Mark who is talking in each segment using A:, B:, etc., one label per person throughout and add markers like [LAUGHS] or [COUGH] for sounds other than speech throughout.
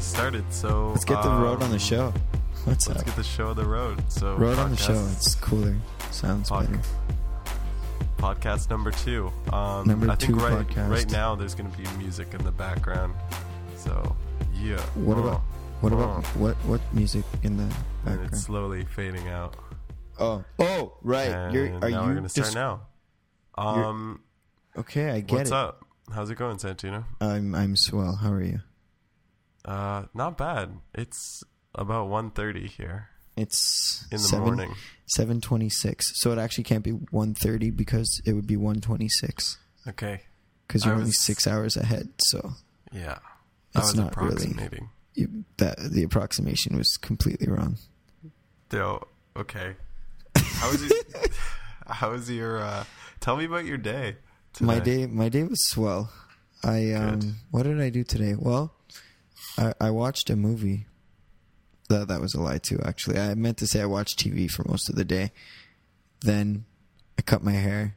A: started. So um,
B: Let's get the road on the show. What's
A: Let's
B: up?
A: get the show on the road. So
B: road on the show.
A: podcast-
B: It's cooler. Sounds
A: Pod-
B: better.
A: podcast number two. Um,
B: Number
A: I think
B: two
A: right
B: podcast.
A: right now there's going to be music in the background. So yeah.
B: What
A: Oh.
B: about what about
A: Oh.
B: what what music in the
A: And it's
B: background?
A: slowly fading out.
B: Oh, oh, right.
A: And
B: You're, are
A: now we're
B: you
A: going to start
B: dis-
A: now. Um,
B: Okay, I get
A: what's
B: it.
A: up? How's it going, Santino?
B: I'm I'm swell. How are you?
A: Uh, not bad. It's about 1.30 here
B: It's
A: in the
B: seven,
A: morning.
B: Seven twenty-six. So it actually can't be one thirty because it would be one twenty-six
A: Okay.
B: because
A: I
B: you're only
A: was-
B: six hours ahead. So
A: Yeah. I
B: That's
A: was
B: not really-
A: approximating.
B: you, that the approximation was completely wrong.
A: Yo, okay. How was your,
B: [LAUGHS]
A: how was your uh, tell me about your day.
B: My
A: today.
B: day, my day was swell. I
A: Good.
B: um, what did I do today? Well, I, I watched a movie. That that was a lie too. Actually, I meant to say I watched TV for most of the day. Then I cut my hair.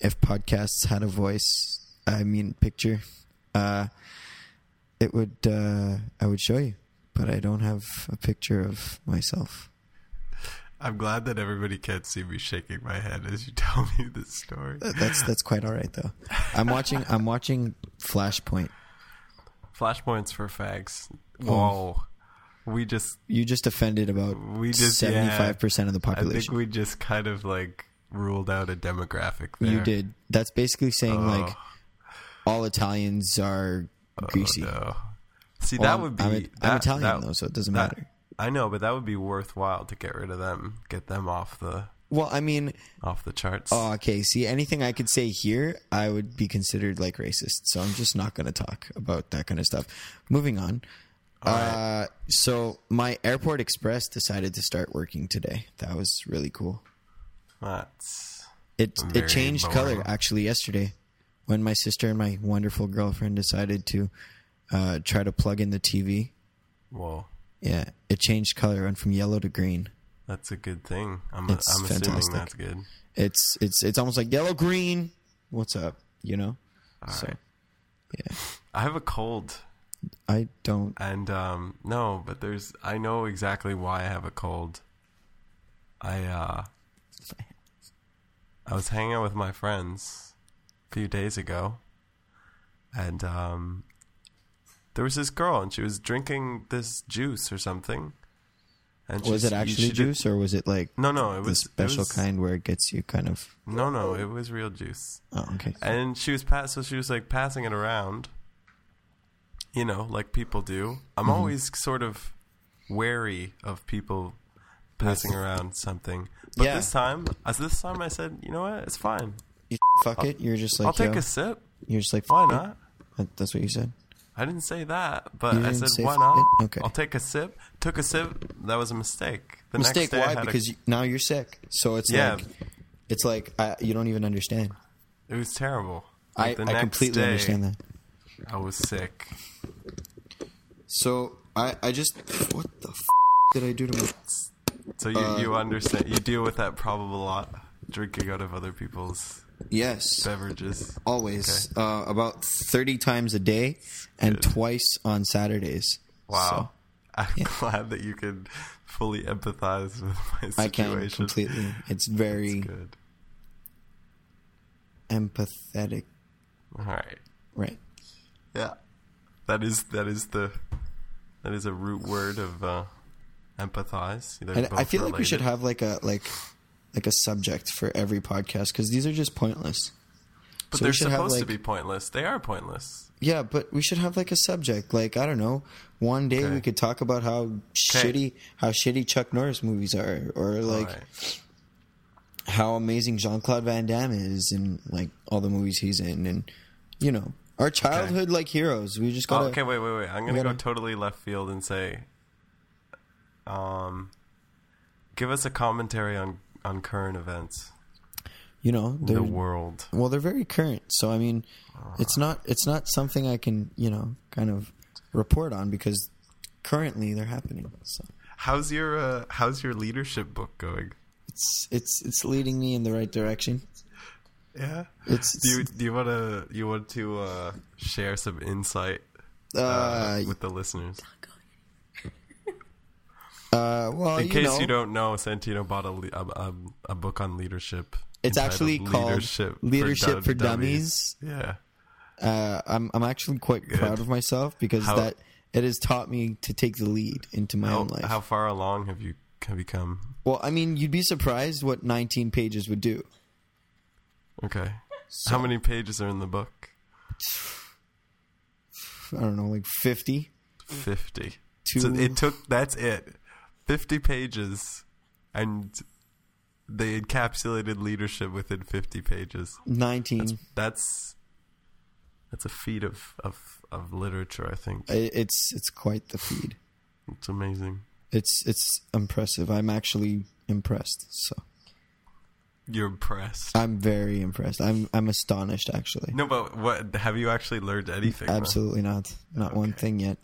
B: If podcasts had a voice, I mean picture, uh, it would uh, I would show you, but I don't have a picture of myself.
A: I'm glad that everybody can't see me shaking my head as you [LAUGHS] tell me this story.
B: That- That's that's quite all right though. I'm watching I'm watching Flashpoint.
A: Flashpoints for fags. Whoa. We just
B: You just offended about
A: We just- yeah.
B: seventy five percent of the
A: I think
B: population.
A: we just kind of like ruled out a demographic there.
B: you did. That's basically saying
A: Oh.
B: like all Italians are greasy.
A: No. See
B: Well,
A: that
B: I'm-
A: would be
B: I'm, I'm
A: that-
B: Italian
A: that-
B: though, so it doesn't
A: that-
B: matter.
A: I know, but that would be worthwhile to get rid of them, get them off the
B: Well, I mean,
A: off the charts.
B: oh, okay. See, anything I could say here, I would be considered like racist. So I'm just not going to talk about that kind of stuff. Moving on. Uh, so my airport express decided to start working today. That was really cool.
A: That's
B: It
A: Very
B: it changed
A: boring.
B: color actually yesterday when my sister and my wonderful girlfriend decided to uh, try to plug in the TV.
A: whoa.
B: Yeah, it changed color, went from yellow to green.
A: That's a good thing. I'm
B: It's
A: I'm assuming
B: fantastic.
A: that's good.
B: It's it's it's almost like yellow green. What's up? You know. so
A: right.
B: yeah,
A: I have a cold
B: I don't.
A: and um no, but there's I know exactly why I have a cold. I uh I was hanging out with my friends a few days ago, and um, there was this girl, and she was drinking this juice or something. And she
B: Was it
A: s- you
B: actually
A: should ju-
B: juice or was it like
A: No, no, it was
B: the
A: it
B: special
A: was-
B: kind where it gets you kind of?
A: No, no, it was real juice.
B: Oh, okay.
A: And she was pass, so she was like passing it around. You know, like people do.
B: Mm-hmm.
A: I'm always sort of wary of people passing around something, but
B: Yeah.
A: this time, as this time, I said, you know what, it's fine.
B: You fuck it. You're just like
A: I'll take
B: yo.
A: a sip.
B: You're just like
A: Why
B: "Fuck it."
A: not?
B: That- That's what you said.
A: I didn't say that, but
B: You
A: I
B: didn't
A: said,
B: say
A: why
B: f-
A: not?
B: it? Okay.
A: I'll take a sip. Took a sip. That was a mistake. The next
B: mistake
A: day I
B: why
A: had a-
B: because you, now you're sick so it's
A: Yeah.
B: like it's like I, you don't even understand
A: it was terrible.
B: i,
A: Like, the
B: I
A: next
B: completely
A: day,
B: understand that
A: I was sick.
B: so i i just what the f- did i do to my
A: So you,
B: Uh,
A: you understand. You deal with that problem a lot. Drinking out of other people's
B: yes
A: beverages.
B: always uh, about 30 times a day and twice on saturdays
A: Wow. [LAUGHS]
B: So
A: I'm glad that you can fully empathize with my situation.
B: i can completely it's very
A: It's good.
B: empathetic
A: All right.
B: right
A: Yeah. That is that is the that is a root word of uh, empathize. They're
B: and i
A: both
B: feel like we should
A: related.
B: have like a like like a subject for every podcast because these are just pointless
A: But
B: So we
A: they're
B: should
A: supposed
B: have,
A: to
B: like-
A: be pointless. They are pointless.
B: Yeah, but we should have like a subject. Like I don't know. One day
A: Okay.
B: we could talk about how shitty how shitty Chuck Norris movies are, or like
A: Alright.
B: how amazing Jean Claude Van Damme is, and like all the movies he's in, and you know our childhood like heroes. We just gotta.
A: okay, wait, wait, wait. I'm gonna
B: gotta-
A: go totally left field and say, um, give us a commentary on on current events,
B: You know,
A: the
B: they're,
A: world.
B: well, they're very current. So I mean, it's not it's not something I can you know kind of report on because currently they're happening. So
A: How's your uh, How's your leadership book going?
B: it's it's it's leading me in the right direction.
A: Yeah.
B: It's,
A: Do you Do you want to You want to uh, share some insight uh,
B: Uh,
A: with the listeners.
B: Uh, well,
A: In
B: you
A: case
B: know,
A: you don't know, Santino bought a, le- a, a, a book on leadership.
B: It's
A: entitled
B: actually called Leadership for Dummies.
A: Yeah.
B: uh, I'm I'm actually quite proud of myself because
A: How-
B: that it has taught me to take the lead into my
A: How,
B: own life.
A: how far along have you have you come?
B: well, I mean, you'd be surprised what 19 pages would do.
A: Okay. how many pages are in the book?
B: I don't know, like 50.
A: Fifty.
B: Two-
A: So it took. That's it. Fifty pages, and they encapsulated leadership within fifty pages.
B: 19.
A: That's that's a feat of of, of literature. I think
B: I- it's it's quite the feed.
A: it's amazing.
B: It's it's impressive. I'm actually impressed. So
A: You're impressed.
B: I'm very impressed. I'm I'm astonished actually.
A: No, but what have you actually learned anything? though?
B: Absolutely not. Not one thing yet.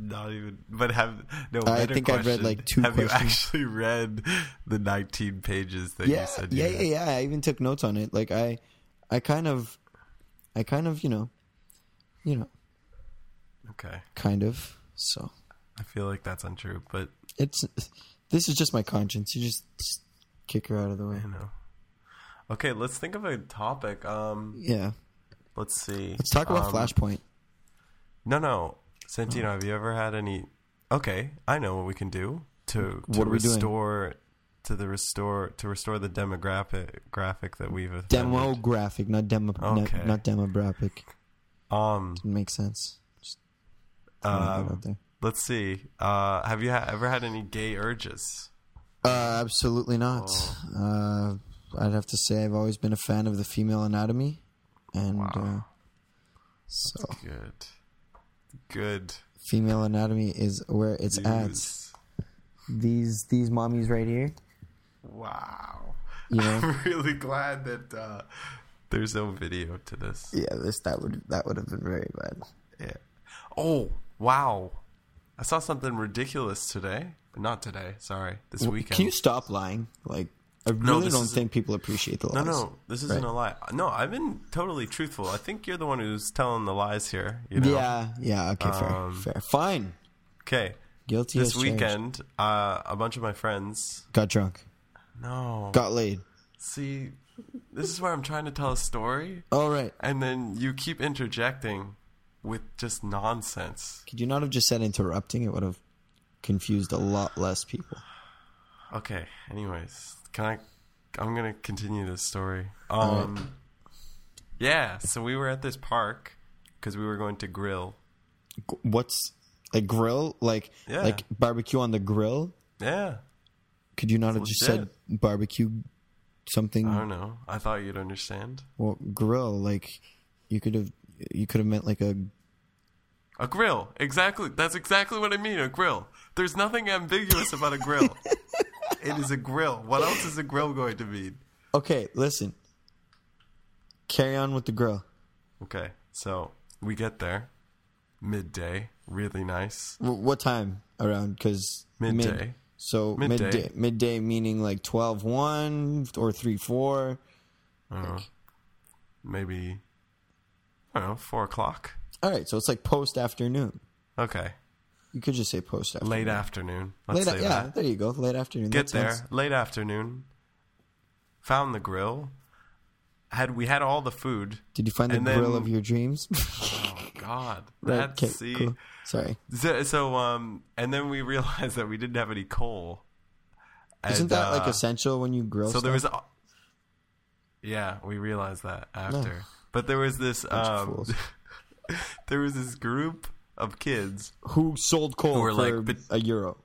A: Not even. But have no.
B: I
A: better
B: think I've read,
A: question.
B: like, two
A: Have you
B: questions.
A: actually read the 19 pages that
B: Yeah,
A: you said?
B: yeah,
A: you
B: yeah,
A: had?
B: yeah. I even took notes on it. Like I, I kind of, I kind of, you know, you know,
A: Okay.
B: kind of. So
A: I feel like that's untrue, but
B: it's this is just my conscience. You just, just kick her out of the way.
A: you know. Okay, let's think of a topic. Um,
B: Yeah.
A: let's see.
B: Let's talk about Oh.
A: Um,
B: Flashpoint.
A: No, no, Santino, have you ever had any? Okay, I know what we can do to to
B: What are we doing?
A: restore to the restore to restore the demographic graphic that we've offended.
B: Demographic, not demo,
A: Okay.
B: not, not demographic.
A: Um,
B: Doesn't make sense. Just throwing that
A: um,
B: out there.
A: let's see. Uh, have you ha- ever had any gay urges?
B: Uh, absolutely not. Uh, I'd have to say I've always been a fan of the female anatomy, and uh, so
A: Good, good.
B: female anatomy is where it's at.
A: news.
B: These these mommies right here,
A: Wow.
B: you know.
A: [LAUGHS] I'm really glad that uh, there's no video to this.
B: yeah, this that would that would have been very bad.
A: Yeah. Oh, wow. I saw something ridiculous today. Not today, sorry. This weekend.
B: Can you stop lying? Like I really
A: this
B: don't
A: is-
B: think people appreciate the lies.
A: no, no, this isn't a lie. No, I've been totally truthful. I think you're the one who's telling the lies here. You know?
B: Yeah, yeah. Okay,
A: Um,
B: fair, fair, fine.
A: Okay.
B: Guilty
A: This
B: as charged.
A: weekend, uh, a bunch of my friends.
B: Got drunk.
A: No.
B: Got laid.
A: See, this is where I'm trying to tell a story,
B: All right.
A: and then you keep interjecting with just nonsense.
B: Could you not have just said interrupting? It would have confused a lot less people.
A: Okay. Anyways, can I? I'm gonna continue this story. Um, yeah. So we were at this park because we were going to grill.
B: G- What's a grill? Like
A: Yeah.
B: like barbecue on the grill?
A: Yeah.
B: Could you not have just said
A: Legit. Uh-huh.
B: barbecue something?
A: I don't know. I thought you'd understand.
B: Well, grill. Like you could have you could have meant like a
A: A grill. Exactly. That's exactly what I mean. A grill. There's nothing ambiguous about a grill. it is a grill. What else is a grill going to mean?
B: Okay, listen. Carry on with the grill.
A: Okay. So we get there. Midday. Really nice.
B: W- what time around? Cuz
A: Midday.
B: so
A: Midday.
B: midday. midday meaning like 12 1 or 3 4.
A: Maybe, I don't know, four o'clock.
B: All right, so it's like post afternoon.
A: Okay.
B: You could just say post afternoon.
A: Late afternoon. Let's
B: Hmm. Late,
A: say
B: yeah,
A: that.
B: there you go. Late afternoon.
A: Get
B: That
A: there.
B: sounds-
A: Late afternoon. Found the grill. Had we had all the food.
B: Did you find the
A: And then-
B: grill of your dreams? [LAUGHS]
A: Oh God.
B: Right,
A: That's
B: okay,
A: see.
B: cool. Sorry.
A: So, so um, and then we [LAUGHS] realized that we didn't have any coal. And,
B: Isn't that like
A: uh,
B: essential when you grill?
A: So there was.
B: stuff?
A: a- yeah, we realized that after, but there was this
B: of
A: um,
B: fools.
A: [LAUGHS] there was this group of kids.
B: who sold coal
A: were
B: for
A: like, but-
B: a euro.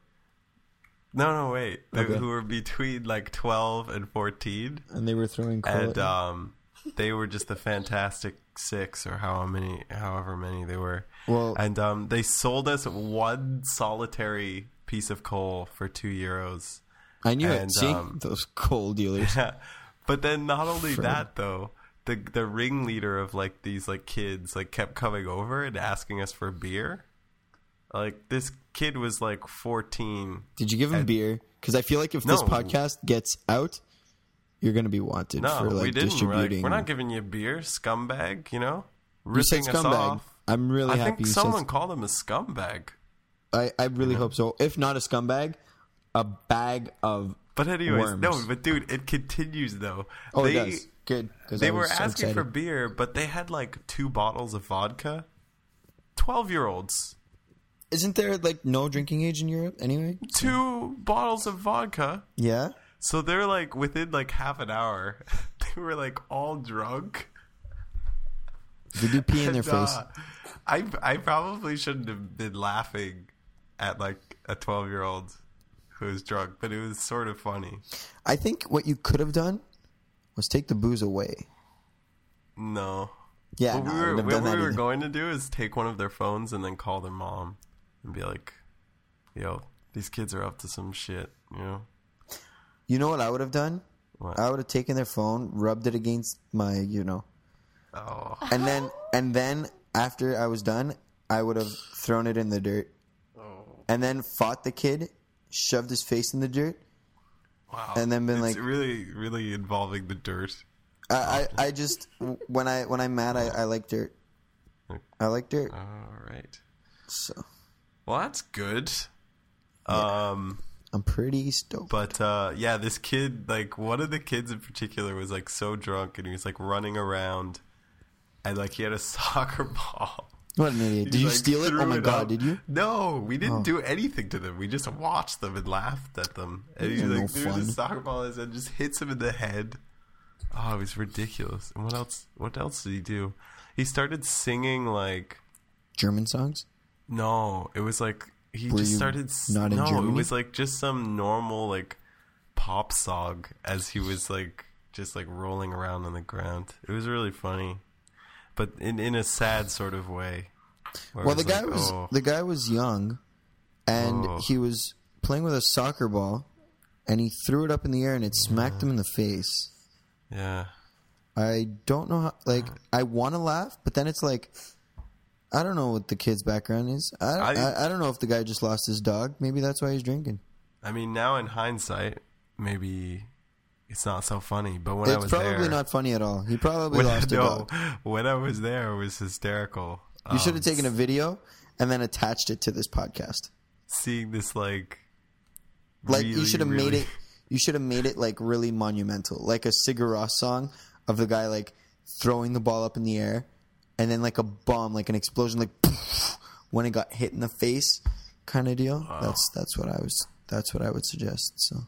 A: No, no, wait, they-
B: Okay.
A: who were between like twelve and fourteen,
B: And they were throwing coal.
A: and
B: at-
A: um, they were just the Fantastic Six or how many, however many they were.
B: well,
A: And um, they sold us one solitary piece of coal for two euros. [LAUGHS]
B: I knew
A: and,
B: it. See?
A: um,
B: Those coal dealers.
A: [LAUGHS] but then not only
B: Fred.
A: that though, the the ringleader of like these like kids like kept coming over and asking us for beer. Like this kid was like fourteen.
B: Did you give him beer? Because I feel like if this
A: No.
B: podcast gets out, you're going to be wanted
A: No,
B: for like
A: we didn't. We're, like,
B: distributing.
A: we're not giving you beer, scumbag. You know,
B: you said
A: ripping us
B: scumbag.
A: off.
B: I'm really
A: I
B: happy.
A: think
B: you said
A: someone called him a scumbag.
B: I, I really hope so. If not a scumbag, a bag of.
A: But anyways, no,
B: Worms.
A: but dude, it continues though.
B: Oh,
A: they
B: it does. Good. 'cause I
A: they were
B: was so
A: asking for
B: excited.
A: beer, but they had like two bottles of vodka. Twelve year olds.
B: Isn't there like no drinking age in Europe anyway?
A: Two bottles of vodka. [LAUGHS]
B: Yeah.
A: So they're like within like half an hour, [LAUGHS] they were like all drunk.
B: Did you pee in their
A: And,
B: face?
A: uh, I I probably shouldn't have been laughing at like a twelve year old who was drunk, but it was sort of funny.
B: I think what you could have done was take the booze away.
A: No.
B: Yeah,
A: what
B: no, I
A: we were,
B: wouldn't have
A: what
B: done
A: we
B: that
A: were
B: either.
A: going to do is take one of their phones and then call their mom and be like, "Yo, these kids are up to some shit," you know.
B: You know what I would have done?
A: What?
B: I would have taken their phone, rubbed it against my, you know,
A: Oh,
B: and then and then after I was done, I would have thrown it in the dirt,
A: Oh.
B: and then fought the kid, shoved his face in the dirt.
A: wow.
B: And then been
A: It's
B: like-
A: really, really involving the dirt.
B: I I, I just when I when I'm mad, I, I like dirt. I like dirt.
A: All right.
B: So
A: Well, that's good. Um.
B: I'm pretty stoked.
A: But uh, yeah, this kid, like one of the kids in particular, was like so drunk and he was like running around, and like he had a [LAUGHS] soccer ball.
B: What an idiot! Did
A: He,
B: you
A: like,
B: steal it? Oh
A: threw
B: my god!
A: up.
B: Did you?
A: No, we didn't do anything to them. We just watched them and laughed at them. And he
B: These are
A: like
B: no
A: threw
B: fun.
A: the soccer ball at us and just hits him in the head. Oh, it was ridiculous. And what else? What else did he do? He started singing like
B: German songs?
A: no, it was like he
B: Were
A: just
B: you
A: started. s-
B: not in
A: no,
B: Germany?
A: it was like just some normal like pop song as he was like just like rolling around on the ground. It was really funny, but in in a sad sort of way. where
B: Well,
A: it
B: the guy
A: like,
B: was
A: oh,
B: the guy was young, and
A: Oh.
B: he was playing with a soccer ball, and he threw it up in the air, and it smacked him in the face.
A: yeah.
B: I don't know how. Like, I want to laugh, but then it's like, I don't know what the kid's background is. I I,
A: I-
B: I, don't know if the guy just lost his dog. Maybe that's why he's drinking.
A: I mean, now in hindsight, maybe it's not so funny. But when I
B: It's
A: was
B: probably
A: there,
B: not funny at all. He probably
A: [LAUGHS] when,
B: lost a
A: no,
B: dog.
A: when I was there, it was hysterical.
B: You
A: um,
B: should have taken a video and then attached it to this podcast.
A: Um, seeing this like.
B: Like you
A: really,
B: should have made
A: really- [LAUGHS]
B: it. You should have made it like really monumental, like a Sigur Rós song of the guy like throwing the ball up in the air, and then like a bomb, like an explosion, like [LAUGHS] when it got hit in the face, kind of deal. That's that's what I was. That's what I would suggest. So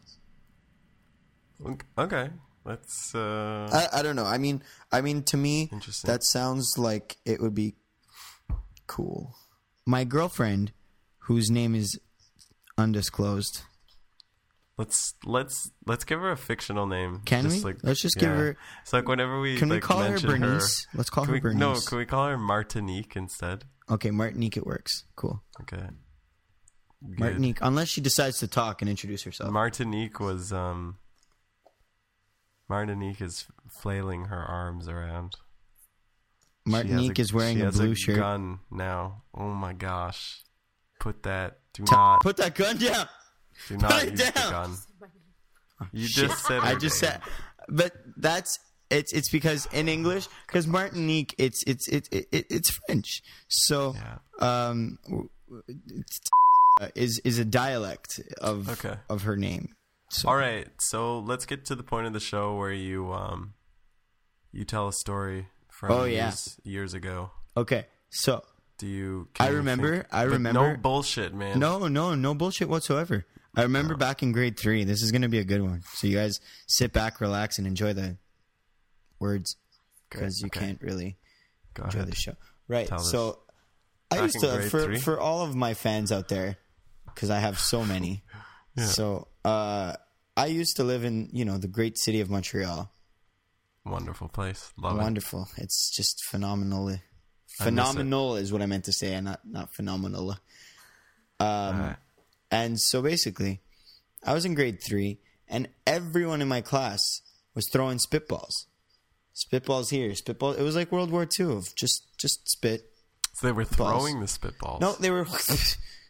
A: Okay, let's. Uh,
B: I, I don't know. I mean, I mean to me,
A: Interesting.
B: that sounds like it would be cool. My girlfriend, whose name is undisclosed,
A: Let's let's let's give her a fictional name.
B: Can we? Let's just give her-
A: It's like whenever we
B: Can we
A: like,
B: call her
A: mention
B: Bernice? Let's call
A: Can
B: her
A: we- No,
B: Bernice.
A: can we call her Martinique instead?
B: okay, Martinique, it works. Cool.
A: Okay. Good.
B: Martinique, unless she decides to talk and introduce herself.
A: Martinique was um. Martinique is flailing her arms around. She has
B: Martinique
A: a-
B: is wearing
A: she
B: a
A: has
B: blue shirt.
A: Gun now. Oh my gosh! Put that. Do
B: Ta-
A: not.
B: Put that gun down.
A: do not
B: it
A: use the
B: down. Oh,
A: gun. You just said.
B: I
A: her
B: just
A: name.
B: said, but that's it's it's because in English, because Martinique, it's it's it, it, it it's French. So,
A: Yeah.
B: um, w- w- it's- uh, is is a dialect of
A: Okay.
B: of her name. So
A: All right, so let's get to the point of the show where you um you tell a story from
B: Oh, yeah.
A: years, years ago.
B: okay, so
A: Do you?
B: I
A: can you
B: remember-
A: think-
B: I
A: but
B: remember-
A: No bullshit, Oh. man.
B: no no no bullshit whatsoever. I remember back in grade three. This is gonna be a good one. So you guys sit back, relax, and enjoy the words because you can't really
A: Go
B: enjoy
A: ahead.
B: the show. Right.
A: Tell us.
B: So I
A: Back
B: used
A: in
B: to
A: grade
B: for
A: three?
B: for all of my fans out there because I have so many. So uh, I used to live in you know the great city of Montreal.
A: Wonderful place. Love
B: Wonderful. It's just phenomenal.
A: I miss it.
B: Phenomenal is what I meant to say, and not not phenomenal.
A: it. All right.
B: And so basically, I was in grade three, and everyone in my class was throwing spitballs. Spitballs here, spitballs. It was like World War II of just just spit.
A: So they were throwing the spitballs.
B: No, they were [LAUGHS]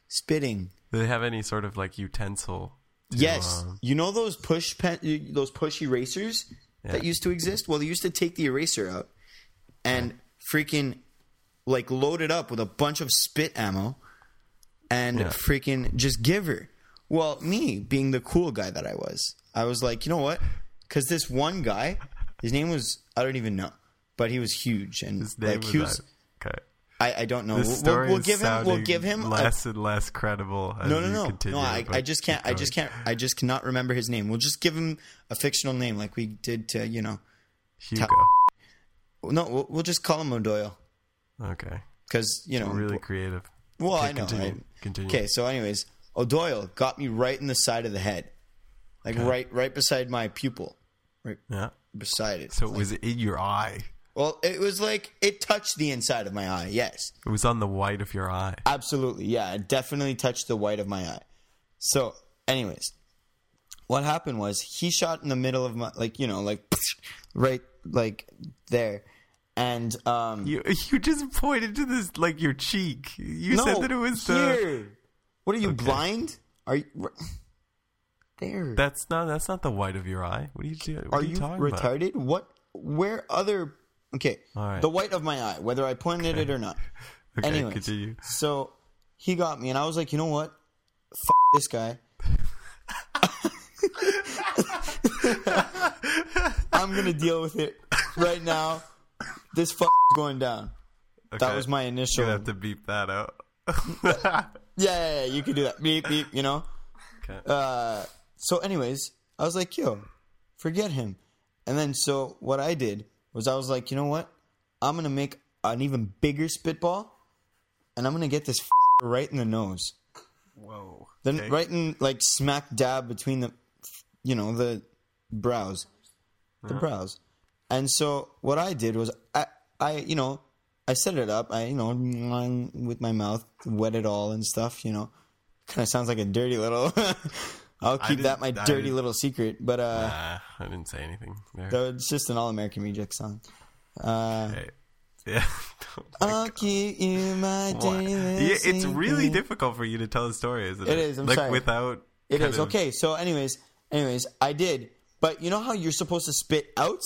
B: spitting.
A: Do they have any sort of like utensil? to,
B: Yes,
A: um,
B: you know those push pen, those push erasers that used to exist. Well, they used to take the eraser out and freaking like loaded up with a bunch of spit ammo and
A: Yeah.
B: freaking just give her. Well, me being the cool guy that I was, I was like, you know what? Because this one guy, his name was I don't even know, but he was huge and
A: His name
B: like
A: was
B: he was.
A: that. Okay.
B: I, I don't know.
A: This
B: We'll, we'll-
A: story
B: we'll
A: is
B: give him. We'll
A: sounding
B: give him. a-
A: less and less credible. As
B: no, no,
A: you
B: no,
A: Continue,
B: no. I, I
A: but
B: just can't.
A: keep
B: I just
A: going.
B: can't. I just cannot remember his name. We'll just give him a fictional name, like we did to you know.
A: Hugo.
B: No, we'll, we'll just call him O'Doyle
A: Okay.
B: because you know.
A: Really creative.
B: Oh, well,
A: Okay,
B: I know.
A: Continue.
B: right?
A: Continue.
B: Okay, so anyways, O'Doyle got me right in the side of the head, like right, right beside my pupil, right
A: Yeah.
B: beside it.
A: So it was in your eye.
B: well, it was like it touched the inside of my eye. Yes,
A: It was on the white of your eye.
B: absolutely, yeah, it definitely touched the white of my eye. So, anyways, what happened was he shot in the middle of my, like you know, like [LAUGHS] right, like there, and um,
A: You you just pointed to this like your cheek. You said that it was uh, the.
B: here. What are you blind? Are you r- there?
A: That's not that's not the white of your eye. What are you doing? What
B: are
A: are,
B: you
A: talking about?
B: retarded? What? Where other? Okay,
A: All right.
B: the white of my eye, whether I pointed at it or not.
A: Okay,
B: Anyways,
A: continue.
B: so he got me, and I was like, you know what? F- this guy. I'm gonna deal with it right now. This f- is going down. That
A: Okay.
B: was my
A: You
B: initial.
A: have to beep that out.
B: yeah, yeah, yeah, you can do that. Beep, beep. You know.
A: Okay.
B: Uh, so anyways i was like yo forget him and then so what i did was i was like you know what i'm gonna make an even bigger spitball and i'm gonna get this f- right in the nose
A: Whoa.
B: then
A: Okay.
B: right in like smack dab between the you know the brows the
A: Uh-huh.
B: brows and so what i did was i i you know i set it up i you know with my mouth wet it all and stuff you know kind of sounds like a dirty little [LAUGHS] i'll keep
A: didn't-
B: that my
A: I
B: dirty
A: didn't-
B: little secret but uh
A: Ah, I didn't say anything there.
B: that was just an all-american reject song
A: Okay. [LAUGHS] Yeah.
B: i'll keep you my
A: Why?
B: daily
A: Yeah, it's really
B: secret.
A: difficult for you to tell a story, isn't it?
B: It is, I'm
A: like
B: sorry.
A: without.
B: It
A: kind
B: is Oh,
A: of-
B: okay. So, anyways, anyways, I did. But you know how you're supposed to spit out?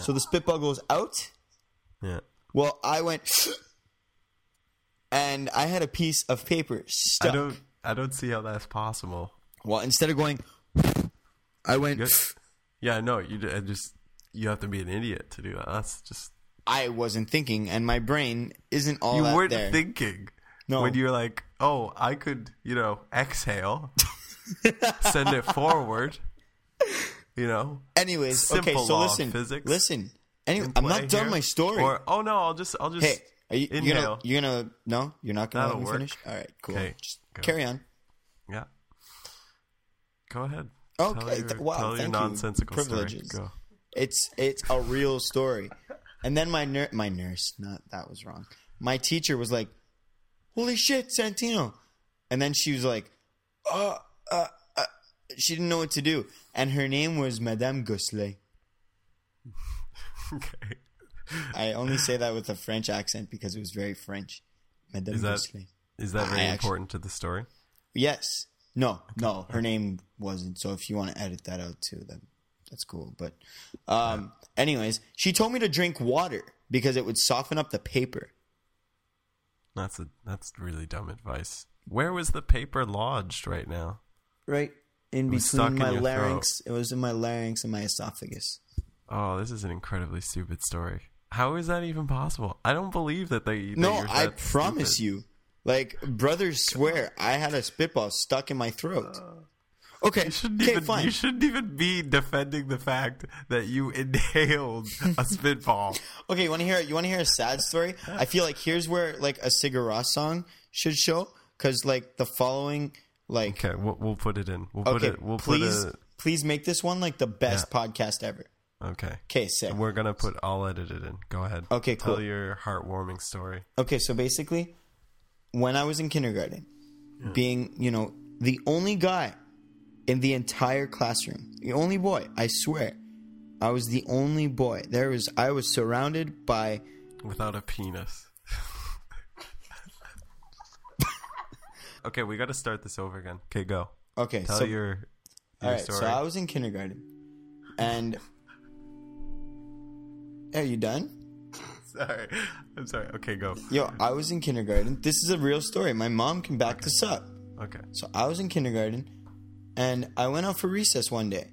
B: So the spitball goes out.
A: Yeah.
B: Well, I went, and I had a piece of paper
A: I
B: stuck.
A: don't. I don't see how that's possible.
B: well, instead of going, I went.
A: Yeah. No. You d- I just. You have to be an idiot to do that. That's just.
B: I wasn't thinking, and my brain isn't all
A: You
B: that
A: weren't
B: there.
A: thinking.
B: No.
A: When you're like, oh, I could, you know, exhale, [LAUGHS] send it forward. You know.
B: anyways, okay.
A: Simple
B: So
A: law of
B: listen,
A: physics.
B: listen. Anyway, I'm not
A: Play
B: done
A: here.
B: my story.
A: Or oh no, I'll just. I'll just.
B: hey, are you, you
A: inhale.
B: gonna? You're gonna? No, you're not gonna
A: That'll
B: let me
A: work.
B: finish. All right, cool.
A: Okay,
B: Just
A: go.
B: carry on.
A: Yeah. Go ahead.
B: Oh, Okay,
A: Tell your,
B: th- wow,
A: tell your
B: thank you.
A: nonsensical
B: Privileges.
A: story. Go. [LAUGHS]
B: It's it's a real story. And then my nur- my nurse, not that was wrong. My teacher was like, "Holy shit, Santino!" And then she was like, "Uh, uh, uh," she didn't know what to do, and her name was Madame Gosselet.
A: okay.
B: I only say that with a French accent because it was very French. Madame
A: Is that-
B: Gosselet.
A: Is that
B: I
A: very
B: actu-
A: important to the story?
B: Yes. No. No. Her name wasn't. So if you want to edit that out too, then that's cool. But, um, anyways, she told me to drink water because it would soften up the paper.
A: That's a that's really dumb advice. Where was the paper lodged right now?
B: Right in
A: was stuck
B: between
A: in
B: my
A: your
B: larynx. It was in my larynx and my esophagus.
A: Oh, this is an incredibly stupid story. How is that even possible? I don't believe that they. that
B: No,
A: you're
B: I
A: that
B: promise
A: stupid.
B: you. Like brothers swear, I had a spitball stuck in my throat. Okay,
A: Uh. You shouldn't
B: okay,
A: even.
B: fine.
A: You shouldn't even be defending the fact that you [LAUGHS] inhaled a spitball.
B: Okay, you want to hear you want to hear a sad story? I feel like here's where like a Sigur Rós song should show because like the following like
A: Okay, we'll, we'll put it in. We'll put
B: okay,
A: it. We'll
B: please
A: put
B: please make this one like the best podcast ever.
A: a. Okay.
B: Okay, sick.
A: We're gonna put. I'll edit it in. Go ahead.
B: Okay,
A: Tell
B: cool.
A: your heartwarming story.
B: Okay, so basically, when I was in kindergarten, being you know the only guy in the entire classroom, the only boy, I swear, I was the only boy. There was I was surrounded by
A: without a penis.
B: [LAUGHS]
A: okay, we got to start this over again. Okay, go.
B: okay.
A: Tell
B: so
A: your, your
B: All right,
A: story. [LAUGHS]
B: so I was in kindergarten, and are you done?
A: sorry. I'm sorry. Okay, go.
B: Yo, I was in kindergarten. This is a real story. My mom can back this up.
A: Okay.
B: So I was in kindergarten and I went out for recess one day.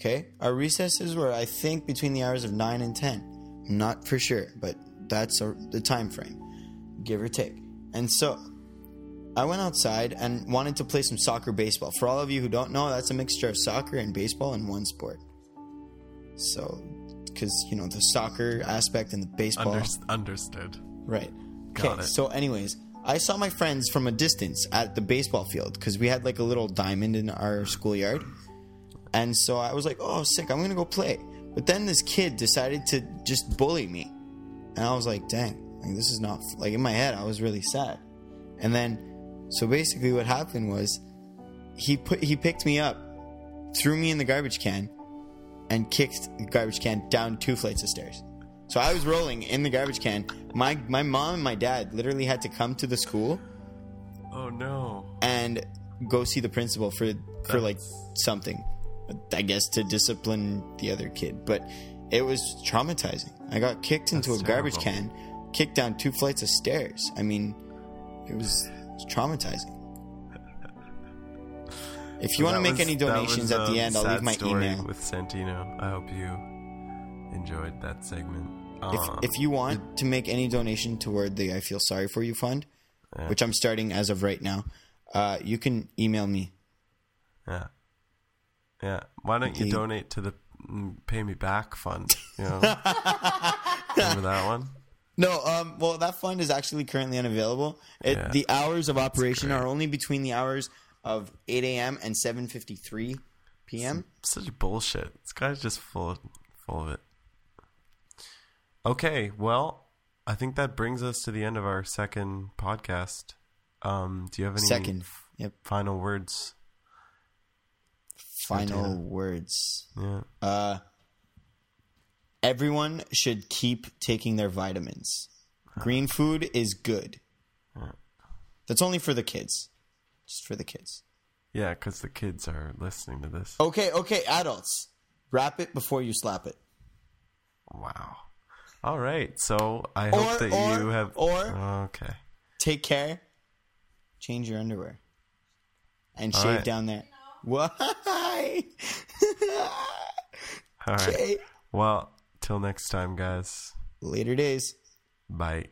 B: Okay? Our recesses were I think between the hours of 9 and 10. I'm not for sure, but that's a, the time frame, give or take. And so I went outside and wanted to play some soccer baseball. For all of you who don't know, that's a mixture of soccer and baseball in one sport. So cuz you know the soccer aspect and the baseball
A: Under- understood.
B: Right.
A: Got
B: Okay.
A: it.
B: So, anyways, I saw my friends from a distance at the baseball field because we had like a little diamond in our schoolyard, and so I was like, "Oh, sick! I'm gonna go play." But then this kid decided to just bully me, and I was like, "Dang! Like this is not f-" like in my head." I was really sad, and then so basically what happened was he put he picked me up, threw me in the garbage can, and kicked the garbage can down two flights of stairs. So I was rolling in the garbage can. My my mom and my dad literally had to come to the school
A: Oh no.
B: and go see the principal for for like something. I guess to discipline the other kid, but it was traumatizing. I got kicked into
A: That's
B: a garbage
A: terrible.
B: can, kicked down two flights of stairs. I mean, it was, it was
A: [LAUGHS]
B: traumatizing. If you want to
A: That
B: make
A: was-
B: any
A: that
B: donations
A: was,
B: at the
A: um,
B: end, I'll leave
A: sad
B: my
A: story
B: email.
A: with Santino. I hope you enjoyed that segment.
B: if,
A: Aw.
B: if you want to make any donation toward the I Feel Sorry For You Fund,
A: Yeah.
B: which I'm starting as of right now, uh, you can email me.
A: yeah, yeah. Why don't you
B: Okay.
A: donate to the mm, Pay Me Back Fund? You
B: [LAUGHS]
A: know, remember that one?
B: No, um, well, that fund is actually currently unavailable. It,
A: Yeah.
B: The hours of operation are only between the hours of 8 a.m. and 7.53 p.m.
A: Such bullshit. This guy's just full of, full of it. Okay, well, I think that brings us to the end of our second podcast. Um, do you have any
B: Second. Yep.
A: final words?
B: Final words.
A: Yeah.
B: Everyone should keep taking their vitamins. Green food is good. That's only for the kids. Just for the kids.
A: Yeah, because the kids are listening to this.
B: Okay, okay, adults. Wrap it before you slap it.
A: Wow. All right. So I
B: Or-
A: hope that
B: or-
A: you have.
B: or-
A: okay.
B: Take care. Change your underwear. And
A: All
B: shave
A: right.
B: down there. Why? [LAUGHS]
A: All right.
B: Okay.
A: Well, till next time, guys.
B: Later days.
A: Bye.